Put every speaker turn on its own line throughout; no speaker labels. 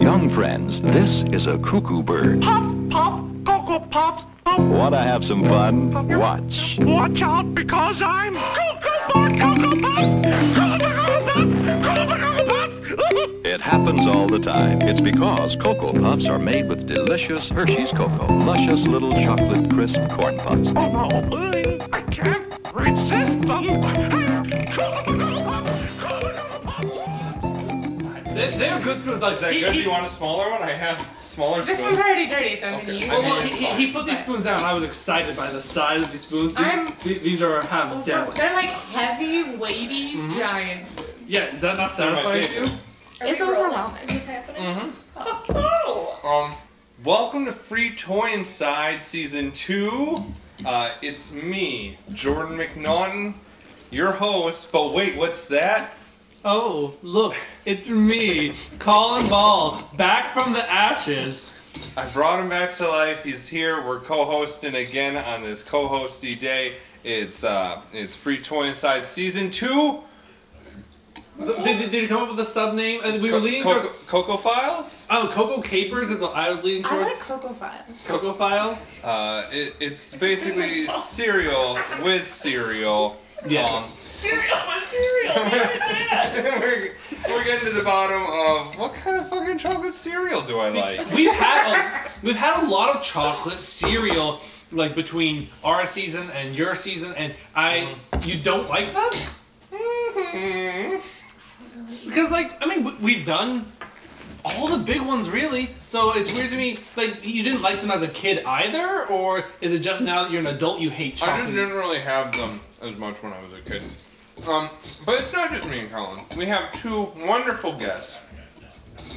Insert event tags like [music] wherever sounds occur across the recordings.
Young friends, this is a cuckoo bird.
Pop, pop, Cocoa Pops, pop.
Want to have some fun? Watch.
Watch out because I'm Cocoa Pop, Cocoa Pop, Cocoa Pop, Cocoa Pop, Cocoa Pop.
It happens all the time. It's because Cocoa Puffs are made with delicious Hershey's Cocoa, luscious little chocolate crisp corn puffs.
Oh no, I- I can't resist them. Cocoa Pop, Cocoa Pop.
They, they're good for like, is that good? Do you want a smaller one? I have smaller
This one's
spoons.
already dirty, so I'm gonna use
Okay.
Well,
it.
well, he, he, he put these spoons down. I was excited by the size of these spoons. These,
I'm-
the- these are half
Over-
dead.
They're like heavy, weighty
Mm-hmm.
giant spoons.
Yeah, is that not satisfying to you?
favorite.
Are
It's
we rolling?
overwhelming. Oh.
this happening?
Oh.
Um, welcome to Free Toy Inside Season 2. Uh, it's me, Jordan McNaughton, your host. But wait, what's that?
Oh, look, it's me, Colin Ball, back from the ashes.
I brought him back to life. He's here. We're co-hosting again on this co-hosty day. It's uh, it's Free Toy Inside Season 2.
Did, did, did you come up with a sub name? Uh, We were
Co-
leaning
Coco,
for.
Coco Files?
Oh, Coco Capers is what I was leaning for.
I like Cocoa Files.
Coco Files.
Uh, it, it's basically cereal with cereal. Um,
Yes.
Cereal with cereal.
[laughs] we're, we're getting to the bottom of what kind of fucking chocolate cereal do
[laughs]
I like?
We've had a, we've had a lot of chocolate cereal, like between our season and your season, and I you don't like them because like I mean w- we've done all the big ones really, so it's weird to me like you didn't like them as a kid either, or is it just now that you're an adult you hate
I
chocolate?
just didn't really have them as much when I was a kid. Um, but it's not just me and Colin. We have two wonderful guests,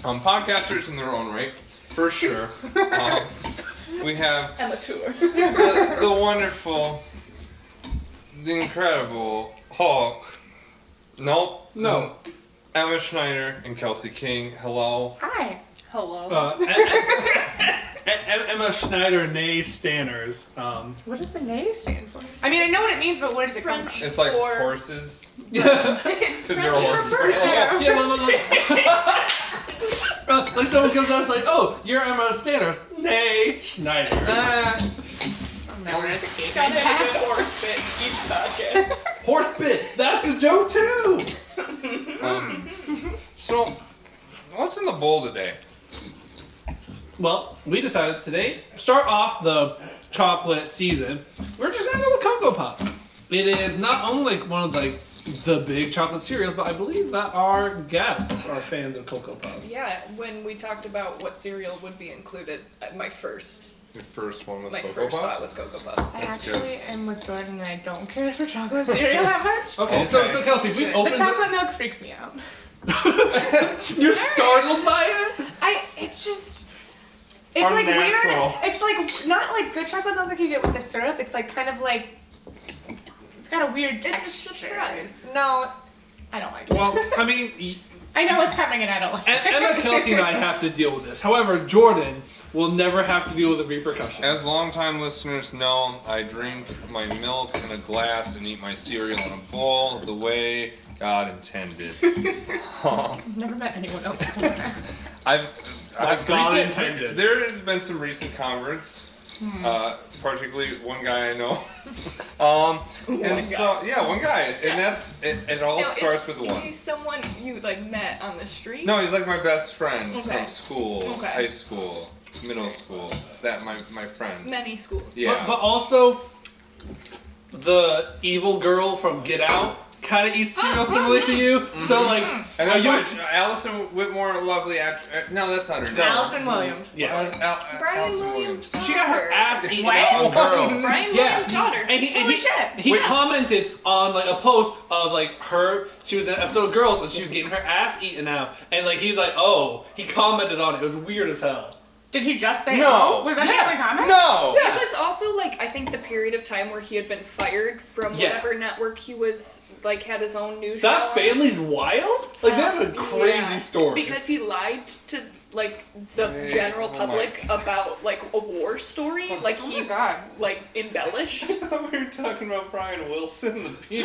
um, podcasters in their own right, for sure. Um, we have
Amateur.
the, the wonderful, the incredible Hulk. Nope. Mm.
No.
Emma Schneider and Kelsey King. Hello.
Hi.
Hello.
Uh, E- E- E- Emma Schneider, nay Stanners. Um,
What does the nay stand for? I mean, I know what it means, but where does it come from?
French.
It's like
Or-
horses.
It's
Because you're a horse.
For sure.
Yeah, look, look, [laughs] look. Uh, like someone comes out, it's like, oh, you're Emma Stanners. Nay, Schneider.
Uh, I'm never
got
escaping.
to have a good [laughs]
[laughs]
horse bit in each podcast.
Horse bit. That's a joke too.
Um, so, what's in the bowl today?
Well, we decided today start off the chocolate season. We're just gonna go with Cocoa Pops. It is not only like one of like the big chocolate cereals, but I believe that our guests are fans of Cocoa Pops.
yeah, when we talked about what cereal would be included, uh, my first,
The first one was
my
Cocoa
first
Puffs.
thought was Cocoa Puffs.
I
That's good.
actually am with Jordan and I don't care for
[laughs]
chocolate cereal that much.
Okay, so
Okay.
so Kelsey, we
The
opened.
chocolate milk freaks me out.
You're startled by it.
I it's just it's like
Unnatural.
weird. It's like not like good chocolate milk like you get with the syrup. It's like kind of like it's got a weird texture.
surprise.
No, I don't like it.
Well, I mean, y-
[laughs] I know what's coming and I don't like it.
And Emma, Kelsey, and I have to deal with this. However, Jordan will never have to deal with the repercussions.
As longtime listeners know, I drink my milk in a glass and eat my cereal in a bowl the way
[laughs]
God intended. Um,
I've [laughs] never met anyone else who does that.
I've,
Like
I've
God
recent-
intended.
There has been some recent converts,
Hmm.
uh, particularly one guy I
[laughs]
know. um, and so yeah, one guy, and that's it. It all
Now,
starts
is,
with
is
one.
he someone you like met on the street?
No, he's like my best friend
Okay.
from school,
Okay.
high school, middle school. That my my friend.
Many schools.
Yeah.
But, but also, the evil girl from Get Out kind of eats
[gasps]
cereal similar to you. So like,
Mm-hmm. and
are
that's
you?
why Allison Whitmore, lovely act. uh, No, that's not her name.
Allison Williams.
yeah.
Uh, Al- uh,
Brian
Allison Oh,
Williams.
She got her ass eaten
What?
up, girl.
Brian
Yeah.
Williams' daughter.
And he, and
Holy
he,
shit.
he commented on like a post of like her. She was in an episode of Girls, and she was getting her ass eaten out. And like he's like, oh, he commented on it. It was weird as hell.
Did he just say
No.
oh? Was that
Yeah.
the only comment?
No.
Yeah.
It was also like I think the period of time where he had been fired from
Yeah.
whatever network he was like had his own news show.
That
on.
family's wild. Like they have a crazy
yeah.
story.
because he lied to like the
Wait,
general
oh my
public about like a war story. Like
Oh my
he
god.
like
[laughs]
embellished. [laughs]
we were talking about Brian Wilson, the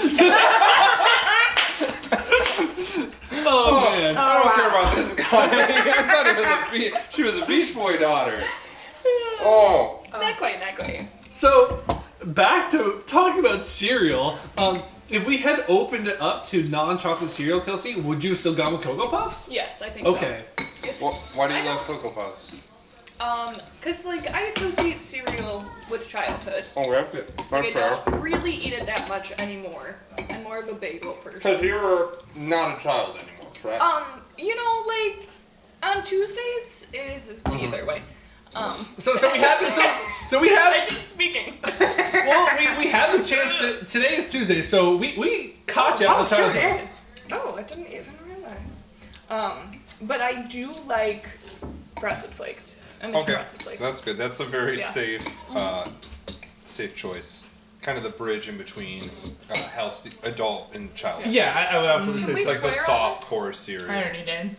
Oh, man.
I don't care about this guy. [laughs] I thought it was a be- she was a Beach Boy daughter. Oh,
Not quite, not quite.
So, back to talking about cereal. Um, if we had opened it up to non-chocolate cereal, Kelsey, would you have still gone with Cocoa Puffs?
Yes, I think so.
Okay.
Wh- why do you
I
love
don't-
Cocoa Puffs?
Um, cause like I associate cereal with childhood.
Oh, yeah,
I
not fair.
don't really eat it that much anymore. I'm more of a bagel person.
Because you were not a child anymore, correct?
Um, you know, like on Tuesdays is is
Mm-hmm.
either way. Um,
So, so we had so, so we
I
had
just speaking.
well we, we had the chance to today is Tuesday, so we we caught you out
Oh,
of
sure
childhood.
it is.
oh, I didn't even realize. Um, but I do like frosted flakes. I'm into
okay,
frosted flakes.
that's good. That's a very
Yeah.
safe, uh, safe choice. Kind of the bridge in between uh, healthy adult and child.
Yeah, I, I would absolutely
Can
say
we
It's
so.
like the
swear on
soft
this?
core cereal.
I already did.
Are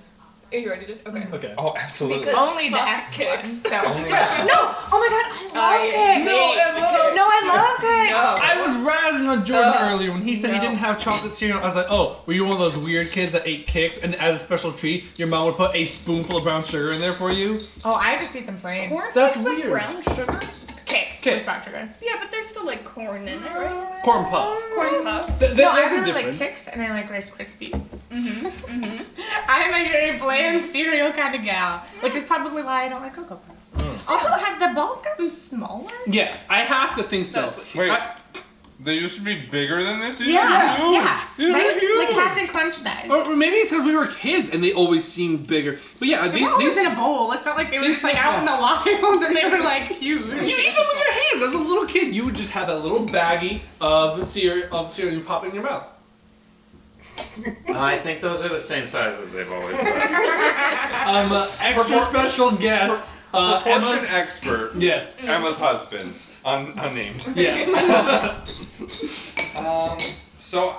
Oh, you ready to? Okay.
Okay.
Oh, absolutely.
Because-
Only the
Fuck
S one.
kicks. [laughs]
So
yeah.
No! Oh my god, I love
I
cake!
hello.
No, I love cake!
I was razzing on Jordan
Uh,
earlier when he said he
no.
didn't have chocolate cereal. I was like, oh, were you one of those weird kids that ate kicks and as a special treat, your mom would put a spoonful of brown sugar in there for you?
oh, I just eat them plain.
Cornflakes
That's
with
weird.
brown sugar?
Cakes.
Cakes.
With brown sugar.
Yeah, but there's still like corn in it, right?
Corn puffs.
Corn puffs.
Th- th-
no, I
there's a
really
difference.
like Kix and I like Rice Krispies.
Mm-hmm.
[laughs] I'm a very bland cereal kind of gal, which is probably why I don't like Cocoa Puffs.
Hmm.
Also, have the balls gotten smaller?
Yes, I have to think so.
That's what she-
Wait,
I-
they used to be bigger than this. These
Yeah,
are huge.
yeah.
These
right?
are huge.
Like Captain Crunch size.
or or maybe it's because we were kids and they always seemed bigger. But yeah,
They
these,
were always
these
in a bowl. It's not like they were
these
just like
things
out in the wild and they were like huge.
You eat them with your hands. As a little kid, you would just have that little baggie of the cereal of cereal you pop in your mouth.
I think those are the same sizes they've
[laughs]
always been.
Um, uh, extra
Propor-
special guest. Uh,
Proportion
Emma's,
expert.
yes,
Emma's husband, un- unnamed.
yes.
Um, so,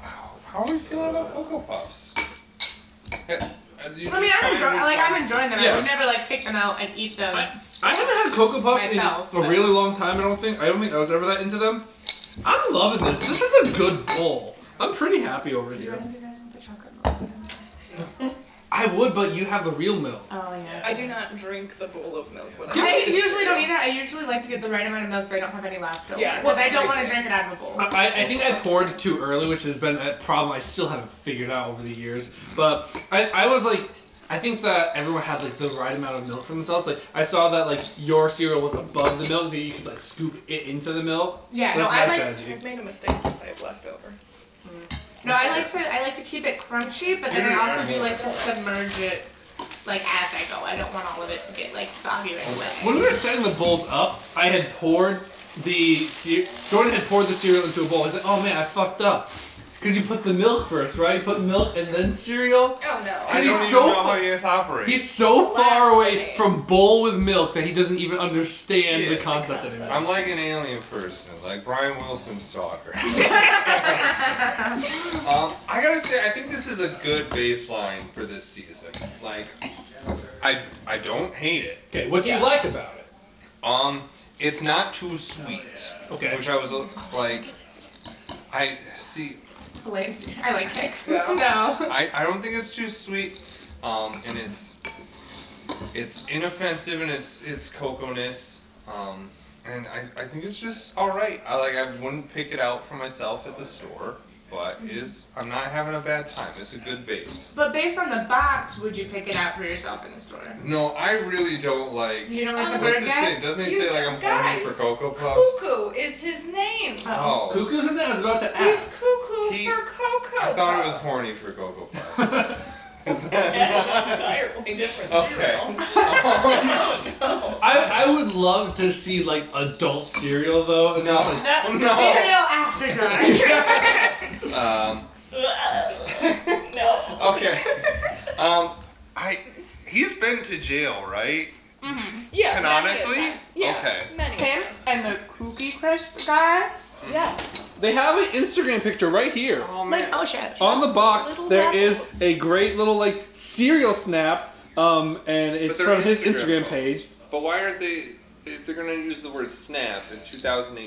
how are we feeling about Cocoa Puffs? uh, I
I mean, I'm enjoying. Like I'm enjoying them.
Yeah.
I would never like pick them out and eat them.
I, I haven't had Cocoa Puffs
Myself,
in a
but-
really long time. I don't think. I don't think I was ever that into them. I'm loving this. This is a good bowl. I'm pretty happy over here. I would, but you have the real milk.
Oh yeah.
I do not drink the bowl of milk when I
I
eat
usually
cereal.
don't either. I usually like to get the right amount of milk so I don't have any left. over.
Yeah,
Because I
that's
don't
great.
want to drink it out of a bowl.
I, I think I poured too early, which has been a problem I still haven't figured out over the years. But I, I was like, I think that everyone had like the right amount of milk for themselves. Like I saw that like your cereal was above the milk that you could like scoop it into the milk.
Yeah,
That's
no,
my
I like Mm.
strategy.
I've made a mistake since I've left over.
no, I like to I like to keep it crunchy, but then I also do like to submerge it like as I go. I don't want all of it to get like soggy right away.
When we were setting the bowls up, I had poured the cereal. Jordan had poured the cereal into a bowl. He's like, "Oh man, I fucked up," because you put the milk first, right? You put milk and then cereal.
Oh no.
I
He's
don't even
so
know how
fu-
you guys operate.
He's so far
Last
away
minute.
from bowl with milk that he doesn't even understand
Yeah,
the
the
concept
concept.
anymore.
I'm like an alien person, like Brian Wilson's
[laughs]
daughter. [laughs] um, I gotta say, I think this is a good baseline for this season. Like, I I don't hate it.
Okay, what do you like about it?
Um, it's not too sweet.
Okay.
Which I was uh, like, I see.
Blames. I like kicks.
Yeah.
So
I, I don't think it's too sweet. Um, and it's it's inoffensive and it's it's coconess. Um, and I, I think it's just all right. I like I wouldn't pick it out for myself at the store, but is I'm not having a bad time. It's a good base.
but based on the box, would you pick it out for yourself in the store?
No, I really don't like.
You don't like the
Oh, What's
bird
this
guy?
thing? Doesn't he
You
say like I'm horny
guys.
for cocoa puffs?
Cuckoo is his name.
Oh,
Cuckoo's isn't I was about to
He's
ask.
cuckoo
He-
for cocoa.
I thought it was
puffs.
horny for cocoa puffs. Is that-
That's
[laughs]
entirely different.
Okay.
I, I would love to see like adult cereal though. and just, like,
[laughs]
No,
No.
cereal after
[laughs]
dark.
Um,
[laughs]
No.
Okay. Um, I. He's been to jail, right?
Yeah.
Canonically?
many a time. Yeah.
Okay.
Many a
Him
time.
and the Cookie Crisp guy.
Yes.
They have an Instagram picture right here.
Oh
Like oh shit.
On the box,
Little
there is
waffles.
a great little like cereal snaps, um, and it's
they're
from his
Instagram
Instagram
posts.
page.
But why aren't they? if they're gonna use the word snap in 2018,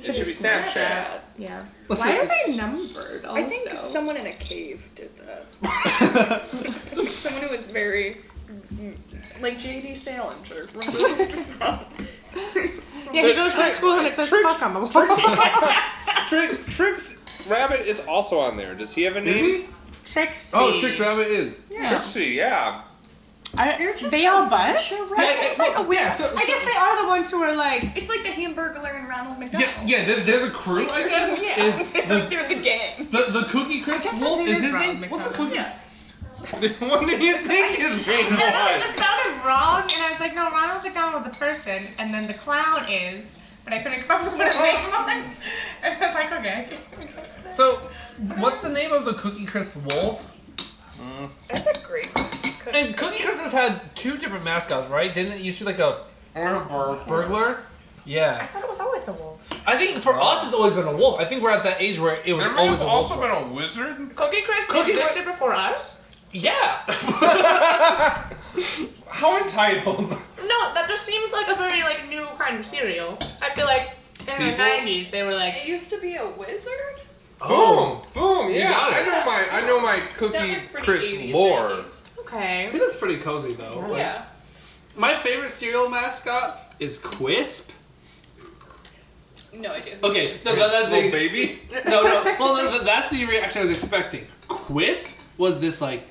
it should, be Snapchat.
Snapchat. Yeah.
Why are they numbered? Also?
I think someone in a cave did that.
[laughs]
someone who was very, like J.D. Salinger,
[laughs]
removed from.
Yeah, he goes to school and it says fuck on the [laughs] wall.
Trick, Trix Rabbit is also on there. Does he have a name?
Trixie.
Oh, Trix Rabbit is.
Yeah.
Trixie, yeah.
Are, they all butts? That
Yeah,
seems
yeah,
like a weird.
yeah, so-
I guess they are the ones who are like.
It's like the Hamburglar and Ronald McDonald.
Yeah, yeah, they're, they're the crew, I guess.
Yeah.
Is the,
They're the gang.
the, the Cookie Crisp
guess his
Wolf
name
is
is
his
Ronald
name? What's the
McDonald.
Cookie?
Yeah.
[laughs] what do you think his name
I don't know, it just
was?
sounded wrong, and I was like, no, Ronald McDonald's a person, and then the clown is, but I couldn't come up with what his [laughs] name was. And I was like, okay.
So, what's the name of the Cookie Crisp Wolf?
That's a great.
And Cookie Crisp has had two different mascots, right? Didn't it used to be like a burglar? Yeah.
thought it was always the wolf.
I think for us it's always been a wolf. I think we're at that age where it was
There might
always
have
a wolf.
also
for
been
us.
a wizard.
Cookie Crisp
Cookie Crisp-
existed before us?
Yeah.
How entitled?
No, that just seems like a very, like, new kind of cereal. I feel like in
People-
the 90s, they were like,
It used to be a wizard.
Oh.
Boom, boom, yeah.
got it.
I know my, I know my
That
cookie
looks pretty
Chris
80s,
lore.
90s.
okay.
[laughs] He looks pretty cozy though. Like,
Yeah.
My favorite cereal mascot is Quisp.
No idea.
Okay, no, no, that's the,
Little baby.
no, no. Well, no, no, that's the reaction I was expecting. Quisp was this like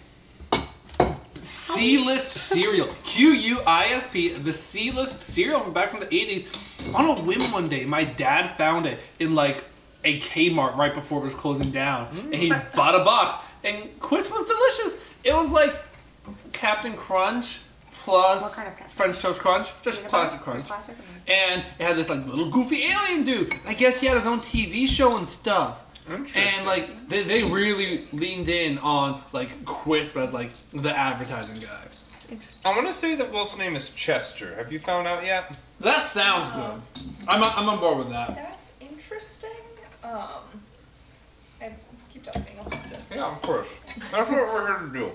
C-list cereal, Q U I S P, the C-list cereal from back from the '80s. On a whim, one day, my dad found it in like a Kmart right before it was closing down, and he
Mm.
bought a box. And Quisp was delicious. It was like Captain Crunch plus
kind of Captain?
French Toast Crunch, just classic Crunch
Classic.
and it had this like little goofy alien dude. I guess he had his own TV show and stuff. And like they, they really leaned in on like Quisp as like the advertising guy.
I want to say that Wolf's name is Chester. Have you found out yet?
That sounds good. I'm on- I'm on board with that.
That's interesting. Um, I keep talking. I'll have to-
Yeah, of course. That's what we're here to do.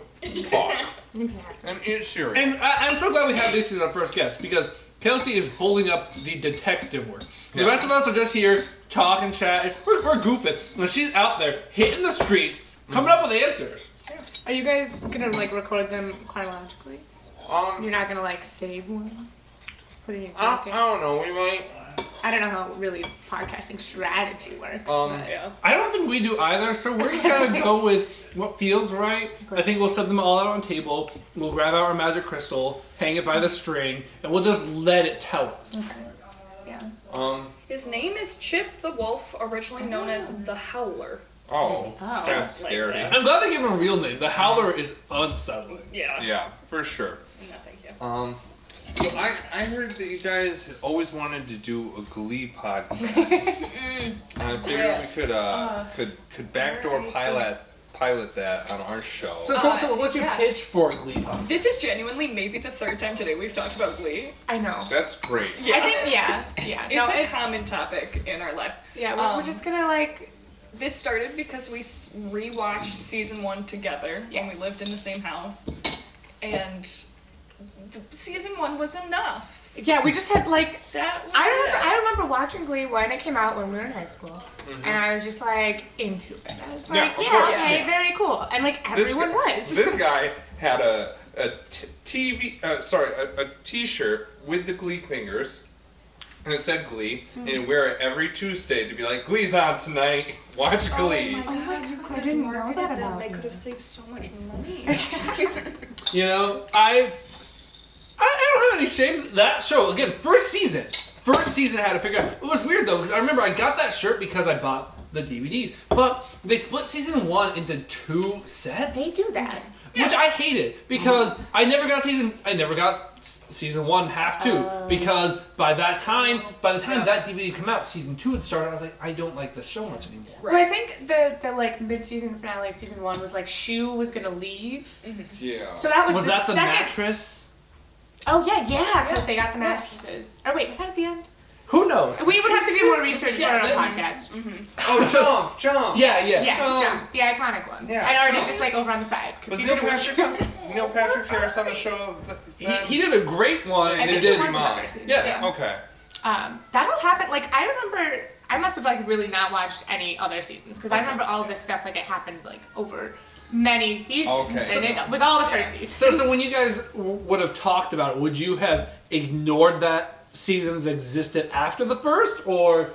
Talk
Exactly.
and eat cereal.
And I, I'm so glad we have these two as our first guests because Kelsey is holding up the detective work. The
Yeah.
rest of us are just here talking, chatting. We're, we're goofing. When she's out there hitting the streets, coming up with answers.
Are you guys gonna like record them chronologically?
um,
You're not gonna like save one? Put it in your
Uh,
I don't,
pocket?
I don't know. We might.
I don't know how really podcasting strategy works.
Um,
but-
Yeah.
I don't think we do either, so we're just [laughs] gonna go with what feels right. I think we'll set them all out on a table. We'll grab our magic crystal, hang it by the string, and we'll just let it tell us.
Um.
His name is Chip the Wolf, originally known as the Howler.
Oh,
Oh.
that's
Like
scary.
that.
I'm glad they gave him a real name. The Howler is unsettling.
Yeah.
Yeah, for sure.
No, thank you.
Um, so I I heard that you guys had always wanted to do a Glee podcast. and I figured we could uh, could could backdoor pilot pilot that on our show.
So, so, so what's your
yeah.
pitch for Glee Pod?
This is genuinely maybe the third time today we've talked about Glee.
I know.
that's great.
I think, yeah, yeah.
It's
no,
a
it's,
common topic in our lives.
yeah, we're, we're
um,
just gonna like.
This started because we s- rewatched season one together when we
Yes.
lived in the same house, and th- season one was enough.
Yeah, we just had like.
That was
I remember,
it.
I remember watching Glee when it came out when we were in high school, and I was just like into it. I was
Yeah,
like,
of
yeah,
course,
okay,
yeah.
very cool, and like
This
everyone
guy,
was.
This guy had a a t- TV uh, sorry a, a T-shirt with the Glee fingers. And it said Glee, and he'd wear it every Tuesday to be like, Glee's on tonight, [laughs] watch Glee.
Oh my God, I didn't know that about
They
you.
could have saved so much money.
You know, I, I I don't have any shame. That show again, first season, first season I had to figure out. It was weird though because I remember I got that shirt because I bought the DVDs, but they split season one into two sets.
They do that.
which I hated
Uh-huh.
because I never got season. I never got s- season one, half two,
Uh.
because by that time, by the time that DVD came out, season two had started. I was like, I don't like this show much anymore.
Well, I think the the like mid season finale of season one was like Shu was gonna leave,
Yeah.
so that was,
Was
the
that the
second.
mattress?
oh yeah, yeah, because they got the
Yes.
mattresses. Oh wait, was that at the end?
Who knows?
We would have to do more research
Yeah,
for our
that-
podcast.
Oh, jump, jump.
Yeah, yeah.
Yeah,
so-
John, the iconic one.
Yeah,
and Artie's
so-
just like over on the side. 'cause
Was
he's
Neil
gonna-
Patrick Neil Patrick Harris on the show? th- then?
He, he did a great one. and
I think
it
he
did.
was in the
mine.
first season.
Yeah.
okay.
Um, that all happened. Like I remember, I must have like really not watched any other seasons because I remember all this stuff like it happened like over many seasons,
Okay.
and it was all the first season.
So, so when you guys w- would have talked about it, would you have ignored that seasons existed after the first,
[laughs]
or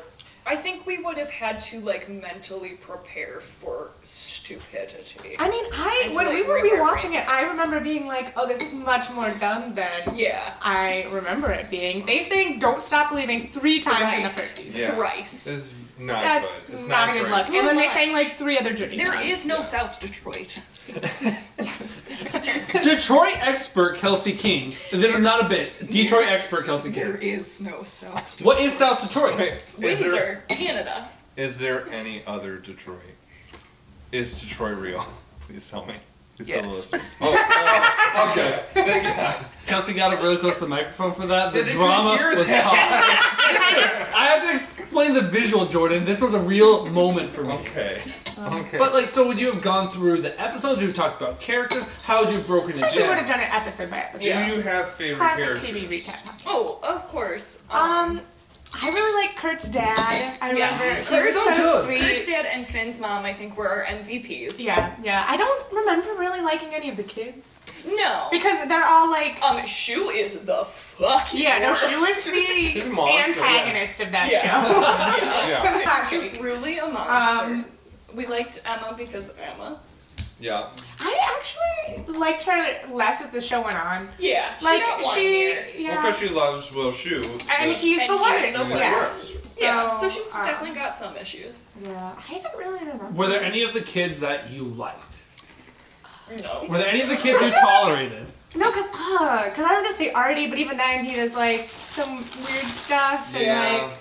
I think we would have had to like mentally prepare for stupidity.
I mean, I
And to,
when
like,
we were
remember
rewatching it, I remember being like, "Oh, this is much more dumb than
yeah.
I remember it being." They saying "Don't stop believing" three times in the
Thrice.
first season.
Yeah.
Thrice.
It's not
That's
good. It's
not,
not,
a good
great.
look. And then they
Not
sang
much.
like three other Journey
There
songs.
is no South Detroit.
Detroit expert Kelsey King? and This is not a bit. Detroit expert Kelsey
There
King.
is no South. Detroit.
What is South Detroit?
Wait, is there
Windsor, Canada.
is there any other Detroit? Is Detroit real? [laughs] Please tell me. Please tell the
Yes.
listeners. Oh, oh, okay. Thank God.
Kelsey got up really close to the microphone for that. The
Did you
drama
hear
was
that?
hot.
[laughs]
I have to explain the visual, Jordan. This was a real moment for me.
Okay. Okay.
But like, so would you have gone through the episodes? You've talked about characters. How would you have broken it
I think we would
down?
have done it episode by [laughs] episode.
do you have favorite
Classic
characters?
TV recap.
Oh, of course.
Um, I really like Kurt's dad. I
Yes.
remember
Kurt's
he's
so good.
Um, so
Kurt's
sweet.
dad and Finn's mom, I think, were our MVPs.
Yeah, yeah. I don't remember really liking any of the kids
No.
because they're all like,
Um, Shu is the fuck.
yeah, no, she was
[laughs]
He's a
the
monster,
antagonist of that show.
Yeah.
Yeah.
yeah. She's truly a monster.
Um,
we liked Emma because Emma.
Yeah.
I actually liked her less as the show went on.
Yeah. She
Like
got one
she,
year.
yeah,
Well, because she loves Will Shue.
and
but-
he's
And
the
he's
worst.
the
Yeah.
worst.
So,
Yeah. So she's
um,
definitely got some issues.
Yeah, I don't really remember.
Were there any of the kids that you liked?
No.
Were there any of the kids you tolerated?
No, cause uh, cause I was gonna say Artie, but even then he does like some weird stuff and
Yeah.
like.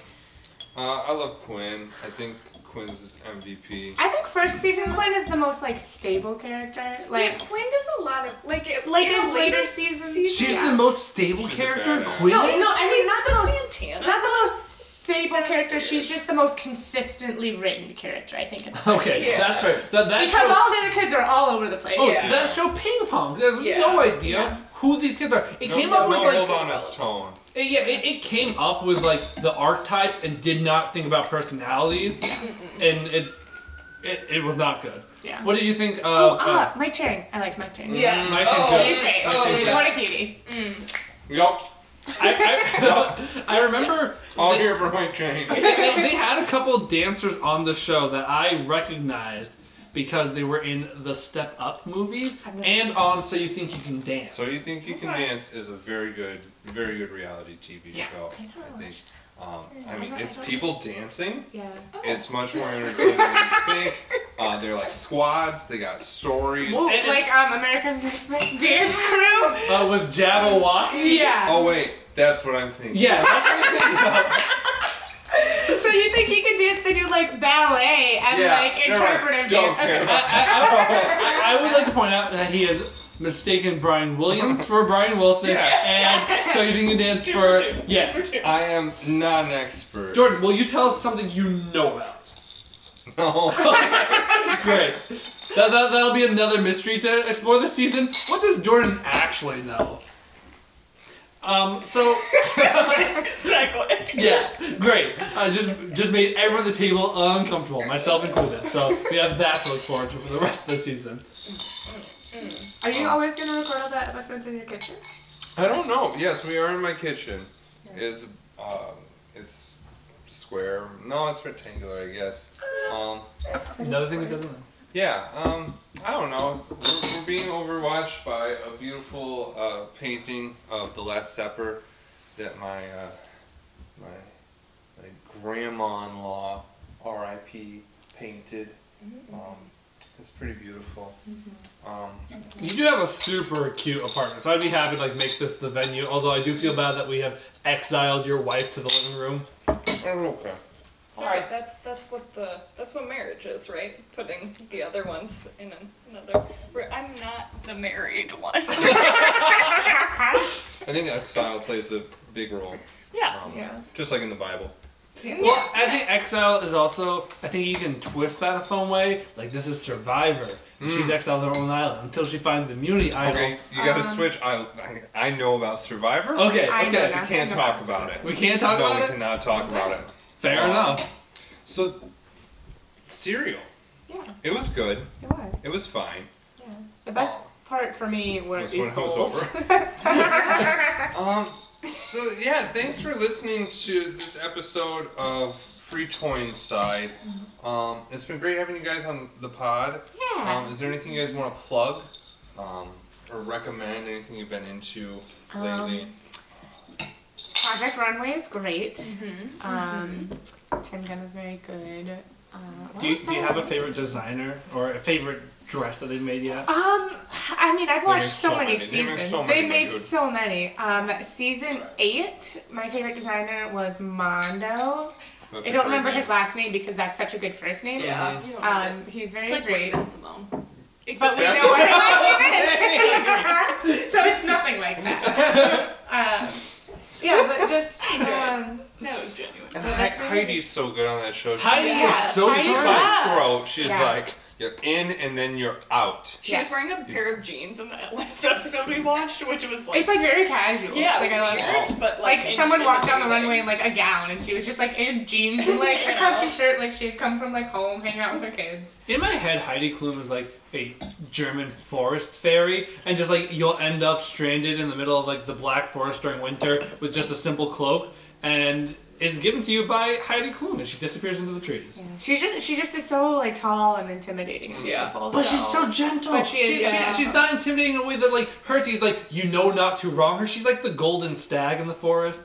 Uh, I love Quinn. I think Quinn's MVP.
I think first season Quinn is the most like stable character. Like
Like Quinn does a lot of like it-
Like,
in
in later seasons-
She's
Yeah.
the most stable
She's a
character.
badass.
Quinn.
No,
is?
no, I mean not the most
Santana.
not the most stable
That's
character.
weird.
She's just the most consistently written character. I think. In the first
Okay,
season.
Yeah.
that's fair. That, that
[laughs] Because
show,
all the other kids are all over the place.
oh,
Yeah.
that show ping pongs. There's
Yeah.
no idea who these kids are. It
No,
came
no,
up with
no,
like
hold on, it's tone.
it- yeah, it, it came up with like the archetypes and did not think about personalities, and it's it, it was not good.
Yeah.
What did you think? Of,
Oh,
uh,
ah, Mike Chang. I like Mike Chang.
Yeah.
Nice
Oh,
He's great.
Nice and
he's
good.
what a cutie.
Yup.
I, [laughs] I, I remember
All
they-
here for Mike Jane.
they, [laughs] they had a couple dancers on the show that I recognized because they were in the Step Up movies
I've never
and on So You Think You Can Dance.
So you think you can dance is a very good, very good reality TV
Yeah.
show.
I know.
I think. Um, I mean,
I
it's
know.
people dancing.
Yeah.
It's much more entertaining than you think. Uh, they're like squads. They got stories.
Well,
And-
like um, America's Next Best Dance Crew.
uh, with Jabberwocky.
Yeah.
Oh wait, that's what I'm thinking.
Yeah, that's what I'm thinking of.
So you think you can dance? They do like ballet and
Yeah,
like
never mind.
interpretive
Don't
dance.
care
[laughs] I,
[laughs]
I- I- I would like to point out that he has mistaken Brian Williams for Brian Wilson
Yeah.
and So You Think You Can Dance for. Yes.
I am not an expert.
Jordan, will you tell us something you know about?
[laughs] No.
Great. That, that, that'll be another mystery to explore this season. What does Jordan actually know? Um, so, [laughs]
Exactly.
yeah, great. I just just made everyone at the table uncomfortable, myself included. So we have that to look forward to for the rest of the season.
Are you always gonna record all that episodes in your kitchen?
I don't know. Yes, we are in my kitchen. It's um, it's square. No, it's rectangular, I guess. Um,
Another thing he doesn't know.
Yeah, um, I don't know. We're, we're being overwatched by a beautiful uh, painting of the Last Supper that my uh, my, my grandma-in-law, R.I.P., painted. Um, it's pretty beautiful. Um,
You do have a super cute apartment, so I'd be happy to like make this the venue. Although I do feel bad that we have exiled your wife to the living room.
okay.
Sorry, that's that's what the that's what marriage is, right? Putting the other ones in
[laughs]
an- another. we're- I'm not the married one.
I think exile plays a big role.
Yeah.
Um,
Yeah.
Just like in the Bible.
Well, I think exile is also. I think you can twist that some way. Like this is Survivor.
Hmm.
She's exiled to her own island until she finds the immunity idol.
Okay,
Okay.
you gotta
Um,
switch. I, I I know about Survivor.
Okay.
I know
We
that.
can't talk about it.
We can't talk
no,
about
we
it.
cannot talk about it.
Fair enough.
So, cereal.
Yeah.
It was good.
It was.
It was fine.
Yeah. The best part for me were
That's
these
when I was
bowls. [laughs]
over. um. So yeah, thanks for listening to this episode of Free Toy Inside. Um, it's been great having you guys on the pod.
Yeah.
Um, is there anything you guys want to plug, um, or recommend? Anything you've been into lately?
Um, Project Runway is great.
Mm-hmm.
Um, Tim Gunn is very good. Uh, what
Do you,
else
do you
I
have a favorite designer or a favorite dress that they've made yet?
Um, I mean, I've
make
watched so,
so
many,
many. They
seasons.
make
They made,
so
so,
many,
many,
my dude.
Um, season eight, my favorite designer was Mondo.
That's
I
a great
don't remember
name.
his last name because that's such a good first name.
Yeah. You don't need it.
Um, he's very
It's like
great.
Raven Simone.
But we know
[laughs]
That's-
what his last name is. so it's nothing like that. Um, yeah, but just um,
No, it was genuine.
And Hi- Heidi's so good on that show. She's
Heidi
Yes.
is so
Heidi
charming.
Klum.
cutthroat. She's
Yeah.
like, you're in and then you're out.
She
Yes.
was wearing a pair of jeans in that [laughs] last episode we watched, which was like,
it's like very casual.
yeah,
like I love it.
weird, but like,
Like someone walked down the
intimidating.
runway in like a gown, and she was just like in jeans and like a
Yeah.
comfy shirt, like she had come from like home, hang out with her kids.
In my head, Heidi Klum is like a German forest fairy, and just like you'll end up stranded in the middle of like the black forest during winter with just a simple cloak, and it's given to you by Heidi Klum, and she disappears into the trees.
She's just she just is so like tall and intimidating and
Yeah.
beautiful.
But she's so gentle.
But she is,
She- she-
yeah.
she's not intimidating in a way that like hurts you. Like you know not to wrong her. She's like the golden stag in the forest.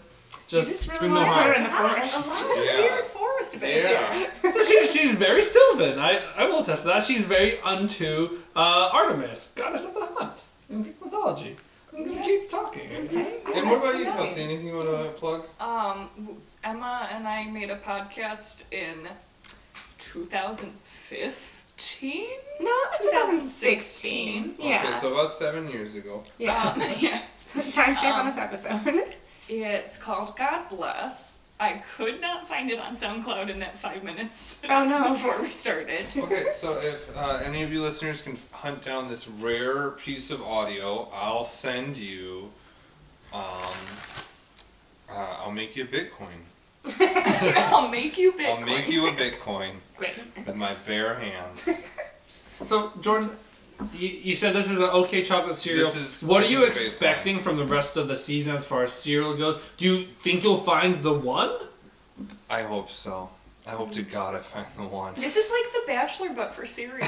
Just,
just really
do no
want
harm.
her in the forest.
Yeah.
Weird forest beds.
Yeah.
she, she's very Sylvan. I, I will attest to that. She's very unto uh, Artemis, goddess of the hunt in Greek mythology. I'm gonna keep talking.
And what about you, Kelsey? Anything you want to plug?
Oh,
Um, Emma and I made a podcast in 2015.
No, it was 2016.
2016.
Yeah.
Okay, so about seven years ago.
yeah.
Um, [laughs] yes.
[laughs] Timestamp on this episode. [laughs]
It's called God Bless. I could not find it on SoundCloud in that five minutes [laughs]
Oh, no.
before we
[laughs]
started.
Okay, so if uh, any of you listeners can hunt down this rare piece of audio, I'll send you. Um, uh, I'll make you a Bitcoin.
I'll make you Bitcoin.
I'll make you a Bitcoin
Great.
with my bare hands.
So Jordan, you, you said this is an okay chocolate cereal.
This is-
what
I
are you
think, baseline.
expecting from the rest of the season as far as cereal goes? Do you think you'll find the one?
I hope so. I hope to God I find the one.
This is like The Bachelor, but for cereal.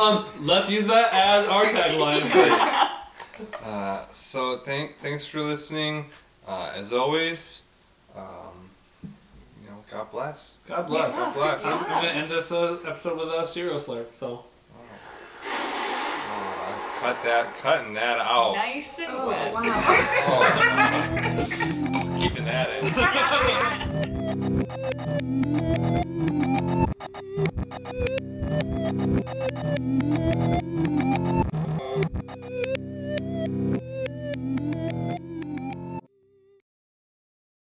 Um, let's use that as our tagline. please.
Uh, so thank, thanks for listening. Uh, as always, um, you know, God bless.
[laughs] God bless.
God bless.
I'm gonna end this uh, episode with a cereal slurp. So
Uh, cut that, cutting that out.
nice and
Oh,
wet.
wow.
Keeping at it.